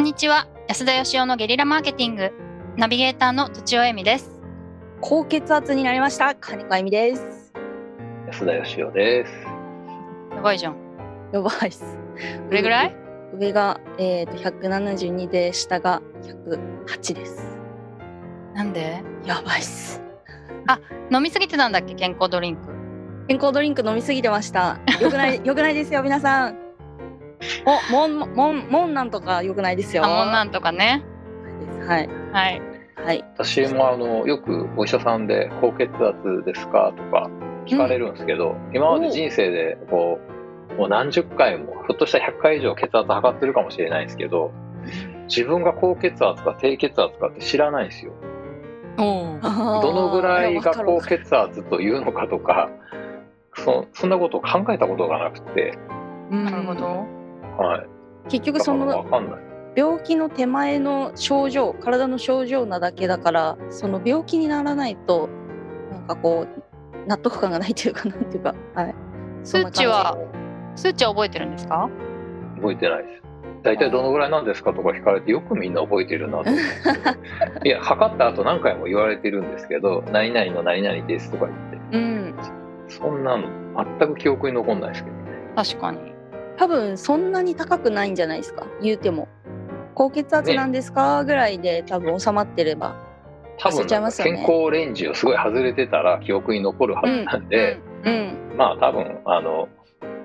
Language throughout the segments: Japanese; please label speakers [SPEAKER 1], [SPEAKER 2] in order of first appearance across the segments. [SPEAKER 1] にちは安田義雄のゲリラマーケティングナビゲーターの土地尾恵美です
[SPEAKER 2] 高血圧になりました金子由美です
[SPEAKER 3] 安田義雄です。
[SPEAKER 1] やばいじゃん
[SPEAKER 2] やばいっす
[SPEAKER 1] どれぐらい
[SPEAKER 2] 上がえっ、と172で下が108です
[SPEAKER 1] なんで
[SPEAKER 2] やばいっす
[SPEAKER 1] 飲みすぎてたんだっけ健康ドリンク
[SPEAKER 2] 健康ドリンク飲みすぎてましたよくない よくないですよ皆さんおもんもんもんなんとかよくないですよ
[SPEAKER 1] あもんなんとかね
[SPEAKER 2] はい
[SPEAKER 1] はい
[SPEAKER 2] はい
[SPEAKER 3] 私もあのよくお医者さんで「高血圧ですか?」とか聞かれるんですけど、今まで人生でこうもう何十回もひょっとしたら100回以上血圧測ってるかもしれないんですけど自分が高血圧か低血圧かって知らないんですよ。
[SPEAKER 1] お
[SPEAKER 3] ど
[SPEAKER 2] ど
[SPEAKER 3] のぐらいが高
[SPEAKER 2] 血
[SPEAKER 3] 血圧というのかとかそそんなことを考えたことがなくて、
[SPEAKER 1] なるほど
[SPEAKER 3] はい、
[SPEAKER 2] 結局
[SPEAKER 3] だか
[SPEAKER 2] そ
[SPEAKER 3] ら
[SPEAKER 2] の
[SPEAKER 3] 分かんない。
[SPEAKER 2] 病気の手前の症状体の症状なだけだからその病気にならないとなんかこう納得感がないというかなんていうかはいそん
[SPEAKER 1] 数
[SPEAKER 2] な感じ
[SPEAKER 1] 値は数値は覚えてるんですか
[SPEAKER 3] 覚えてないです大体どのぐらいなんですかとか聞かれてよくみんな覚えてるなと思っ ていや測った後何回も言われてるんですけど「何々の何々です」とか言って
[SPEAKER 2] うん
[SPEAKER 3] そんなの全く記憶に残んないですけどね
[SPEAKER 1] 確かに
[SPEAKER 2] 多分そんなに高くないんじゃないですか言うても高血圧なんですかぐらいで多分収まってれば
[SPEAKER 3] 多
[SPEAKER 2] 忘れ
[SPEAKER 3] 分
[SPEAKER 2] ちゃいますよね
[SPEAKER 3] 健康レンジをすごい外れてたら記憶に残るはずなんで、
[SPEAKER 1] う
[SPEAKER 2] うんん
[SPEAKER 3] まあ多分あの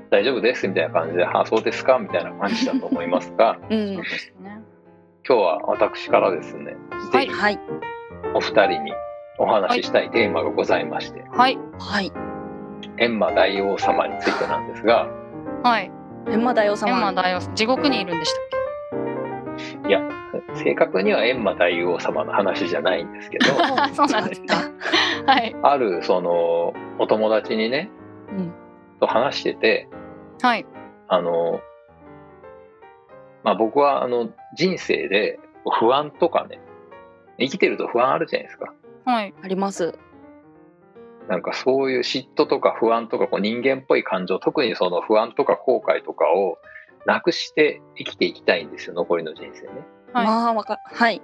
[SPEAKER 3] 大丈夫ですみたいな感じで「あそうですか」みたいな感じだと思いますが
[SPEAKER 2] う
[SPEAKER 1] そうんですね
[SPEAKER 3] 今日は私からですね
[SPEAKER 1] は
[SPEAKER 3] ぜ
[SPEAKER 1] い
[SPEAKER 3] ひ
[SPEAKER 2] はい
[SPEAKER 3] お二人にお話ししたいテーマがございまして、
[SPEAKER 1] はい
[SPEAKER 2] はい
[SPEAKER 3] 閻魔大王様についてなんですが。
[SPEAKER 1] はい
[SPEAKER 2] 閻魔大王
[SPEAKER 1] エンマ
[SPEAKER 2] 様
[SPEAKER 1] 大王さん地獄にいるんでしたっ
[SPEAKER 3] 正確には閻魔大王様の話じゃないんです けど
[SPEAKER 1] あそうなんですかけはい
[SPEAKER 3] あるそのお友達にね
[SPEAKER 2] うん
[SPEAKER 3] と話してて
[SPEAKER 1] はい
[SPEAKER 3] あの、まあ、僕はあの人生で不安とかね生きてると不安あるじゃないですか
[SPEAKER 1] はい
[SPEAKER 2] あります
[SPEAKER 3] なんかそういう嫉妬とか不安とかこう人間っぽい感情特にその不安とか後悔とかをなくして生きていきたいんですよ残りの人生ね
[SPEAKER 1] はい
[SPEAKER 2] まあわかはい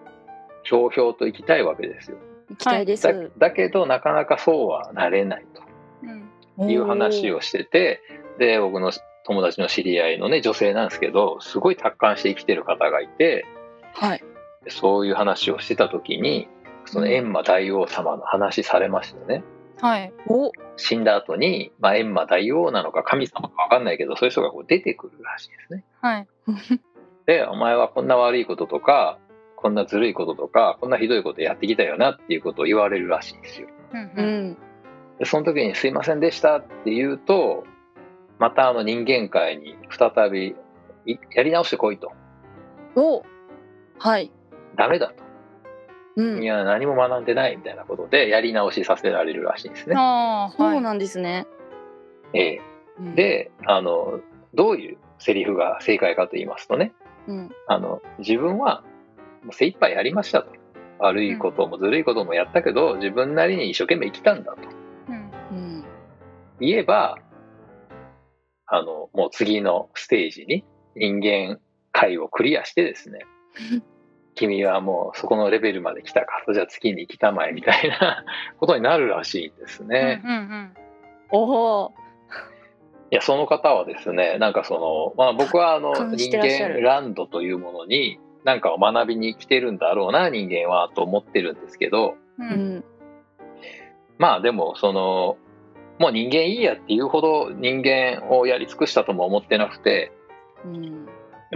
[SPEAKER 3] ひょうひょうと生きたいわけですよ
[SPEAKER 2] 行きたいです、
[SPEAKER 3] だだけどなかなかそうはなれないと
[SPEAKER 1] うん
[SPEAKER 3] いう話をしててで僕の友達の知り合いのね女性なんですけどすごい達観して生きてる方がいて
[SPEAKER 2] おーはい
[SPEAKER 3] そういう話をしてた時にその閻魔大王様の話されましたね
[SPEAKER 1] はい
[SPEAKER 2] お
[SPEAKER 3] 死んだ後にまあ、閻魔大王なのか神様か分かんないけどそういう人がこう出てくるらしいですね。
[SPEAKER 1] はい
[SPEAKER 3] でお前はこんな悪いこととかこんなずるいこととかこんなひどいことやってきたよなっていうことを言われるらしいんですよ。
[SPEAKER 1] うん
[SPEAKER 2] う
[SPEAKER 1] うん
[SPEAKER 2] ん
[SPEAKER 3] でその時に「すいませんでした」って言うとまたあの人間界に再びいやり直してこいと
[SPEAKER 2] おはい
[SPEAKER 3] ダメだ
[SPEAKER 2] う
[SPEAKER 3] とい
[SPEAKER 2] ん
[SPEAKER 3] や何も学んでないみたいなことでやり直しさせられるらしいんですね。
[SPEAKER 1] ああ
[SPEAKER 2] そ
[SPEAKER 1] は
[SPEAKER 2] う
[SPEAKER 1] い
[SPEAKER 2] なんですね、
[SPEAKER 3] え
[SPEAKER 2] うん
[SPEAKER 3] え、であのどういうセリフが正解かと言いますとね
[SPEAKER 2] うん
[SPEAKER 3] あの自分はもう精一杯やりましたと悪いこともずるいこともやったけど自分なりに一生懸命生きたんだと
[SPEAKER 1] うん
[SPEAKER 2] うん
[SPEAKER 3] 言えばあのもう次のステージに人間界をクリアし てですね君はもうそこのレベルまで来たかじゃあ次に来たまえみたいな ことになるらしいんですね、
[SPEAKER 1] うんうん
[SPEAKER 2] おお
[SPEAKER 3] いやその方はですねなんかその、まあ、僕はあの
[SPEAKER 2] 感じ
[SPEAKER 3] 人
[SPEAKER 2] てらっしゃる
[SPEAKER 3] 間ランドというものに何かを学びに来てるんだろうな人間はと思ってるんですけど
[SPEAKER 1] う
[SPEAKER 2] うんん
[SPEAKER 3] まあでもそのもう人間いいやっていうほど人間をやり尽くしたとも思ってなくて
[SPEAKER 2] うん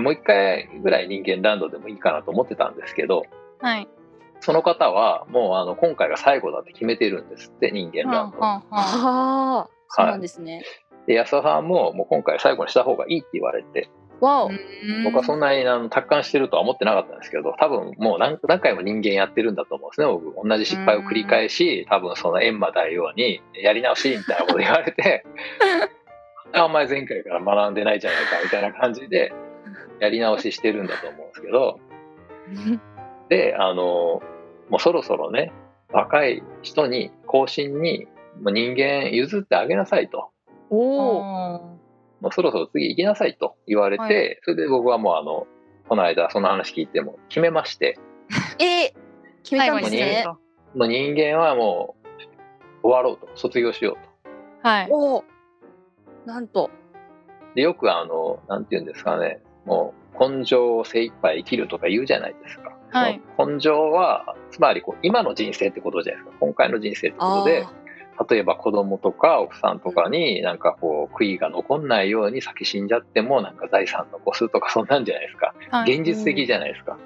[SPEAKER 3] もう一回ぐらい人間ランドでもいいかなと思ってたんですけど
[SPEAKER 1] はい
[SPEAKER 3] その方はもうあの今回が最後だって決めてるんですって人間ランド。
[SPEAKER 1] はあはあはあ
[SPEAKER 2] ああそうなんですね、
[SPEAKER 3] で安田さんももう今回最後にした方がいいって言われて
[SPEAKER 2] わお
[SPEAKER 1] うん
[SPEAKER 3] 僕はそんなにあの達観してるとは思ってなかったんですけど多分もう何何回も人間やってるんだと思うんですね僕同じ失敗を繰り返し多分その閻魔大王にやり直しみたいなこと言わ れてあお前前回から学んでないじゃないかみたいな感じでやり直ししてるんだと思うんですけどであのもうそろそろね若い人に後進にもう人間譲ってあげなさいと
[SPEAKER 2] おお
[SPEAKER 1] おー
[SPEAKER 3] もうそろそろ次行きなさいと言われて、
[SPEAKER 1] はい
[SPEAKER 3] それで僕はもうあのこの間その話聞いても決めまして、
[SPEAKER 2] えー、決め
[SPEAKER 1] 最
[SPEAKER 2] たん
[SPEAKER 1] 後
[SPEAKER 2] で
[SPEAKER 1] にす
[SPEAKER 2] す
[SPEAKER 1] る
[SPEAKER 2] ね。
[SPEAKER 1] と。
[SPEAKER 3] もう人間はもう終わろうと、卒業しようと。
[SPEAKER 1] はい。
[SPEAKER 2] おお。なんと。
[SPEAKER 3] でよくあの、なんて言うんですかね、もう根性を精一杯生きるとか言うじゃないですか。
[SPEAKER 1] はい
[SPEAKER 3] その根性は、つまりこう今の人生ってことじゃないですか。今回の人生ってこ
[SPEAKER 2] あ
[SPEAKER 3] とで
[SPEAKER 2] ー、
[SPEAKER 3] 例えば子供とか奥さんとかになんかこう悔いが残んないように先死んじゃってもなんか財産残すとかそんなんじゃないですか。
[SPEAKER 1] はい。
[SPEAKER 3] 現実的じゃないですか。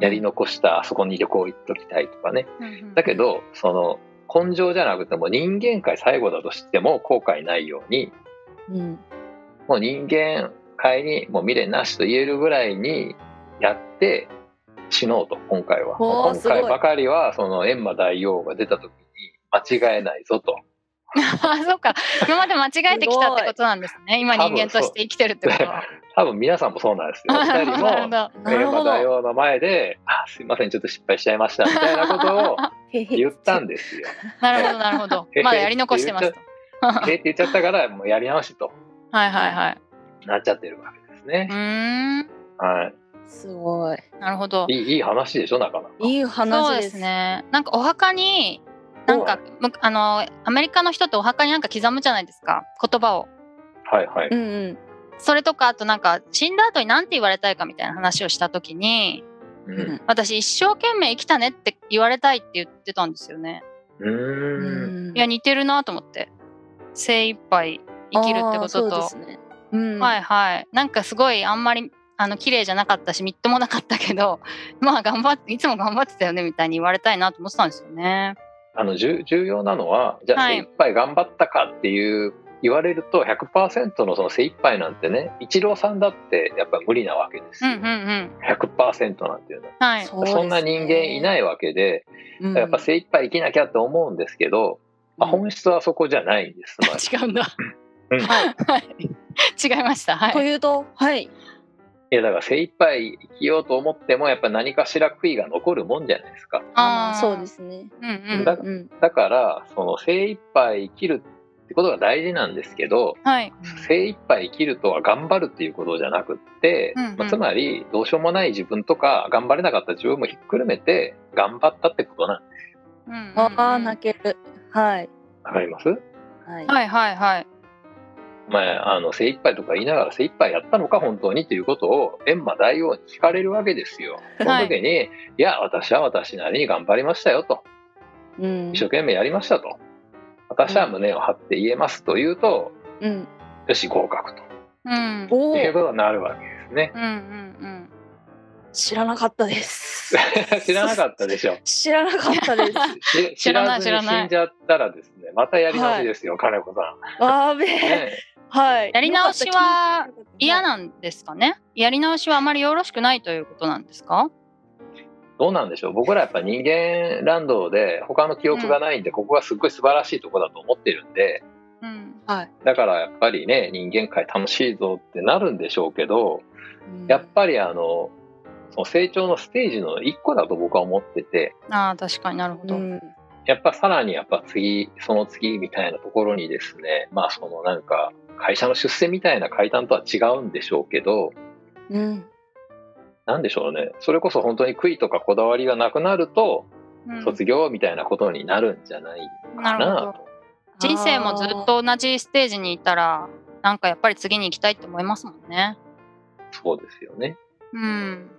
[SPEAKER 3] やり残したあそこに旅行行っときたいとかね。だけど、その、根性じゃなくても人間界最後だとしても後悔ないように、
[SPEAKER 2] うん。
[SPEAKER 3] もう人間界にもう未練なしと言えるぐらいにやって死のうと、今回
[SPEAKER 2] お
[SPEAKER 3] は。
[SPEAKER 2] ー
[SPEAKER 3] 今回
[SPEAKER 2] すごい
[SPEAKER 3] ばかりは、その閻魔大王が出た時に間違えないぞと。
[SPEAKER 1] あ、そうか。今まで間違えてきたってことなんですね。今人間として生きてるってことは。
[SPEAKER 3] 多分皆さんもそうなんで すよ。お二人
[SPEAKER 1] なるほ
[SPEAKER 3] も
[SPEAKER 1] ど。
[SPEAKER 2] なる
[SPEAKER 3] 閻
[SPEAKER 2] ほ
[SPEAKER 3] 魔
[SPEAKER 2] ど。
[SPEAKER 3] 大王の前で、あ、すいません、ちょっと失敗しちゃいました、みたいなことを
[SPEAKER 2] へへ
[SPEAKER 3] 言ったんです よ。
[SPEAKER 1] なるほど、なるほど。まだやり残してますと。
[SPEAKER 3] えって言っちゃったから、もうやり直しと
[SPEAKER 1] はいはいはい。
[SPEAKER 3] なっちゃってるわけですね
[SPEAKER 1] う。ーん。
[SPEAKER 3] はい。
[SPEAKER 2] すごい。
[SPEAKER 1] なるほど。
[SPEAKER 3] いいいい話でしょなかなか。
[SPEAKER 2] いい
[SPEAKER 1] そ
[SPEAKER 2] 話
[SPEAKER 1] う
[SPEAKER 2] です
[SPEAKER 1] です。ね。なんかお墓に、なんか、むあの、アメリカの人ってお墓になんか刻むじゃないですか。言葉を。
[SPEAKER 3] はいはい。
[SPEAKER 2] うんうん。
[SPEAKER 1] それとか、あとなんか、死んだ後に何て言われたいかみたいな話をした時に、
[SPEAKER 3] うん
[SPEAKER 1] 私一生懸命生きたねって言われたいって言ってたんですよね。
[SPEAKER 3] う
[SPEAKER 2] う
[SPEAKER 3] ーん。
[SPEAKER 1] いや、似てるなと思って。精一杯生きるってことと。
[SPEAKER 2] あーそうですね。うん。。
[SPEAKER 1] はいいはい。なんかすごいあんまりあの綺麗じゃなかったしみっともなかったけど、 まあ頑張っていつも頑張ってたよねみたいに言われたいなと思ってたんですよね。
[SPEAKER 3] あの重重要なのはじゃあ
[SPEAKER 1] は
[SPEAKER 3] 精
[SPEAKER 1] い
[SPEAKER 3] 一杯頑張ったかっていう言われると100%のその精一杯なんてねイチローさんだってやっぱり無理なわけです
[SPEAKER 1] うん
[SPEAKER 3] よ。
[SPEAKER 1] うんうん。
[SPEAKER 3] 100%なんていうのは
[SPEAKER 1] はい。
[SPEAKER 2] そうですね
[SPEAKER 3] そんな人間いないわけで
[SPEAKER 2] うん
[SPEAKER 3] やっぱ精一杯生きなきゃって思うんですけど、まあ、本質はそこじゃないんです。つま り
[SPEAKER 1] 違うんだ。
[SPEAKER 3] うん
[SPEAKER 1] はい。違いました。は
[SPEAKER 2] と
[SPEAKER 1] い。。
[SPEAKER 2] いうと、はい。
[SPEAKER 3] いやだから精一杯生きようと思ってもやっぱ何かしら悔いが残るもんじゃないですか。
[SPEAKER 2] ああ、そうですすね。
[SPEAKER 1] うんう
[SPEAKER 2] うん
[SPEAKER 1] ん。
[SPEAKER 2] うん。
[SPEAKER 3] だからその精一杯生きるってことが大事なんですけど、
[SPEAKER 1] はい。
[SPEAKER 3] 精一杯生きるとは頑張るっていうことじゃなくって、
[SPEAKER 1] うんうん
[SPEAKER 3] まあ、つまりどうしようもない自分とか頑張れなかった自分もひっくるめて頑張ったってことなん
[SPEAKER 1] うんうんうん
[SPEAKER 2] ああ、泣ける。はい。
[SPEAKER 3] わかります、
[SPEAKER 2] はい。
[SPEAKER 1] はいはいはい。
[SPEAKER 3] まあ、あの精一杯とか言いながら精一杯やったのか本当にっていうことを閻魔大王に聞かれるわけですよ。その時に、い、や私は私なりに頑張りましたよと
[SPEAKER 2] うん
[SPEAKER 3] 一生懸命やりましたと私は胸を張って言えますと言うと、
[SPEAKER 2] うん。
[SPEAKER 3] よし合格と
[SPEAKER 1] うん。
[SPEAKER 2] おお
[SPEAKER 3] いう。ことになるわけです ね。
[SPEAKER 1] うんうん
[SPEAKER 2] 知らなかったです。
[SPEAKER 3] 知らなかったでしょ
[SPEAKER 2] 知らなかったです。
[SPEAKER 3] し知
[SPEAKER 1] 知らな
[SPEAKER 3] ら
[SPEAKER 1] い
[SPEAKER 3] ずに死んじゃったらですねまたやり直しですよ、金子さ
[SPEAKER 2] あーべ
[SPEAKER 3] ん、
[SPEAKER 2] え。
[SPEAKER 3] ね、
[SPEAKER 2] はい。
[SPEAKER 1] やり直しは嫌
[SPEAKER 2] ん
[SPEAKER 1] なんですかね。やり直しはあまりよろしくないということなんですか。
[SPEAKER 3] どうなんでしょう僕らやっぱ人間ランドで他の記憶がないんで、ここがすっごい素晴らしいとこだと思ってるんで
[SPEAKER 1] うん。
[SPEAKER 2] はい。
[SPEAKER 3] だからやっぱりね人間界楽しいぞってなるんでしょうけど
[SPEAKER 2] うん
[SPEAKER 3] やっぱりあのその成長のステージの一個だと僕は思ってて
[SPEAKER 1] ああ、確かになるほど。
[SPEAKER 2] うん
[SPEAKER 3] やっぱさらにやっぱ次その次みたいなところにですねまあそのなんか会社の出世みたいな階段とは違うんでしょうけど、
[SPEAKER 2] うん。
[SPEAKER 3] なんでしょうねそれこそ本当に悔いとかこだわりがなくなると
[SPEAKER 1] うん
[SPEAKER 3] 卒業みたいなことになるんじゃない
[SPEAKER 1] な
[SPEAKER 3] か
[SPEAKER 1] るほ
[SPEAKER 3] な
[SPEAKER 1] ど。人生もずっと同じステージにいたらなんかやっぱり次に行きたいって思いますもんね。
[SPEAKER 3] そうですよね
[SPEAKER 1] うん。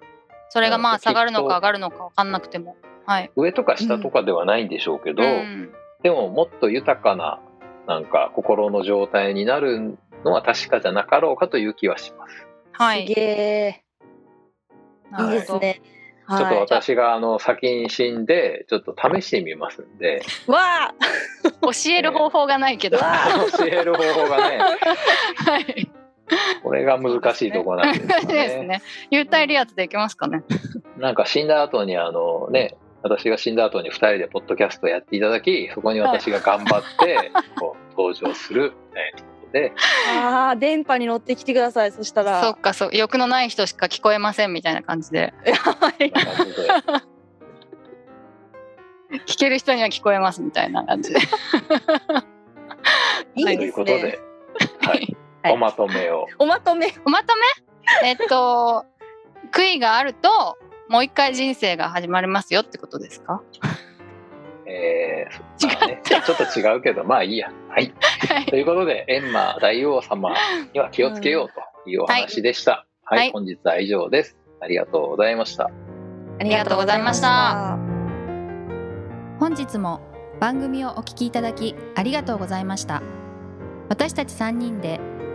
[SPEAKER 1] それがま
[SPEAKER 3] う
[SPEAKER 1] あ
[SPEAKER 3] んきっと
[SPEAKER 1] 下がるのか上がるのか分かんなくても。はい。
[SPEAKER 3] 上とか下とかではないんでしょうけど、
[SPEAKER 1] ん、
[SPEAKER 3] でももっと豊かななんか心の状態になるのは確かじゃなかろうかという気はします、
[SPEAKER 1] は
[SPEAKER 2] す
[SPEAKER 1] い。
[SPEAKER 2] げえ。
[SPEAKER 1] ない
[SPEAKER 2] い
[SPEAKER 1] る
[SPEAKER 2] で
[SPEAKER 1] ほ
[SPEAKER 2] す
[SPEAKER 1] ど。
[SPEAKER 2] ね。
[SPEAKER 3] ちょっ
[SPEAKER 2] は
[SPEAKER 3] と私があの先に死んでちょっと試してみますんで
[SPEAKER 2] い。わあ。
[SPEAKER 1] 教える方法がないけど。
[SPEAKER 2] うわ
[SPEAKER 3] 教える方法がね
[SPEAKER 1] はい。
[SPEAKER 3] これが難しいところなんですよ
[SPEAKER 1] そうですね。幽体離脱でいけますかね。
[SPEAKER 3] なんか死んだ後にあのね私が死んだ後に2人でポッドキャストをやっていただきそこに私が頑張ってこう登場するみたいなことで
[SPEAKER 2] ああ、電波に乗ってきてください。そしたら。
[SPEAKER 1] そっかそう欲のない人しか聞こえませんみたいな感じで
[SPEAKER 2] はい
[SPEAKER 3] なんかちょっと
[SPEAKER 1] 聞ける人には聞こえますみたいな感じで。
[SPEAKER 2] いい
[SPEAKER 1] は
[SPEAKER 2] です
[SPEAKER 3] と
[SPEAKER 2] ね。
[SPEAKER 3] いうことで、はい、
[SPEAKER 2] はい
[SPEAKER 3] おまとめを
[SPEAKER 2] おまとめ。
[SPEAKER 1] おまとめえっと
[SPEAKER 2] 悔いがあるともう一回人生が始まりますよってことですか
[SPEAKER 3] えーそまあね、ちょっと違うけど、まあいいや。はい。
[SPEAKER 2] はい
[SPEAKER 3] ということで、エンマ大王様には気をつけようというお話でした。
[SPEAKER 2] い
[SPEAKER 3] はい、
[SPEAKER 2] はい
[SPEAKER 3] 本日は以上です。ありがとうございました。
[SPEAKER 4] あ
[SPEAKER 2] りがとうございました。
[SPEAKER 1] 本日も番組をお聞きいただきありがとうございました私たち3人で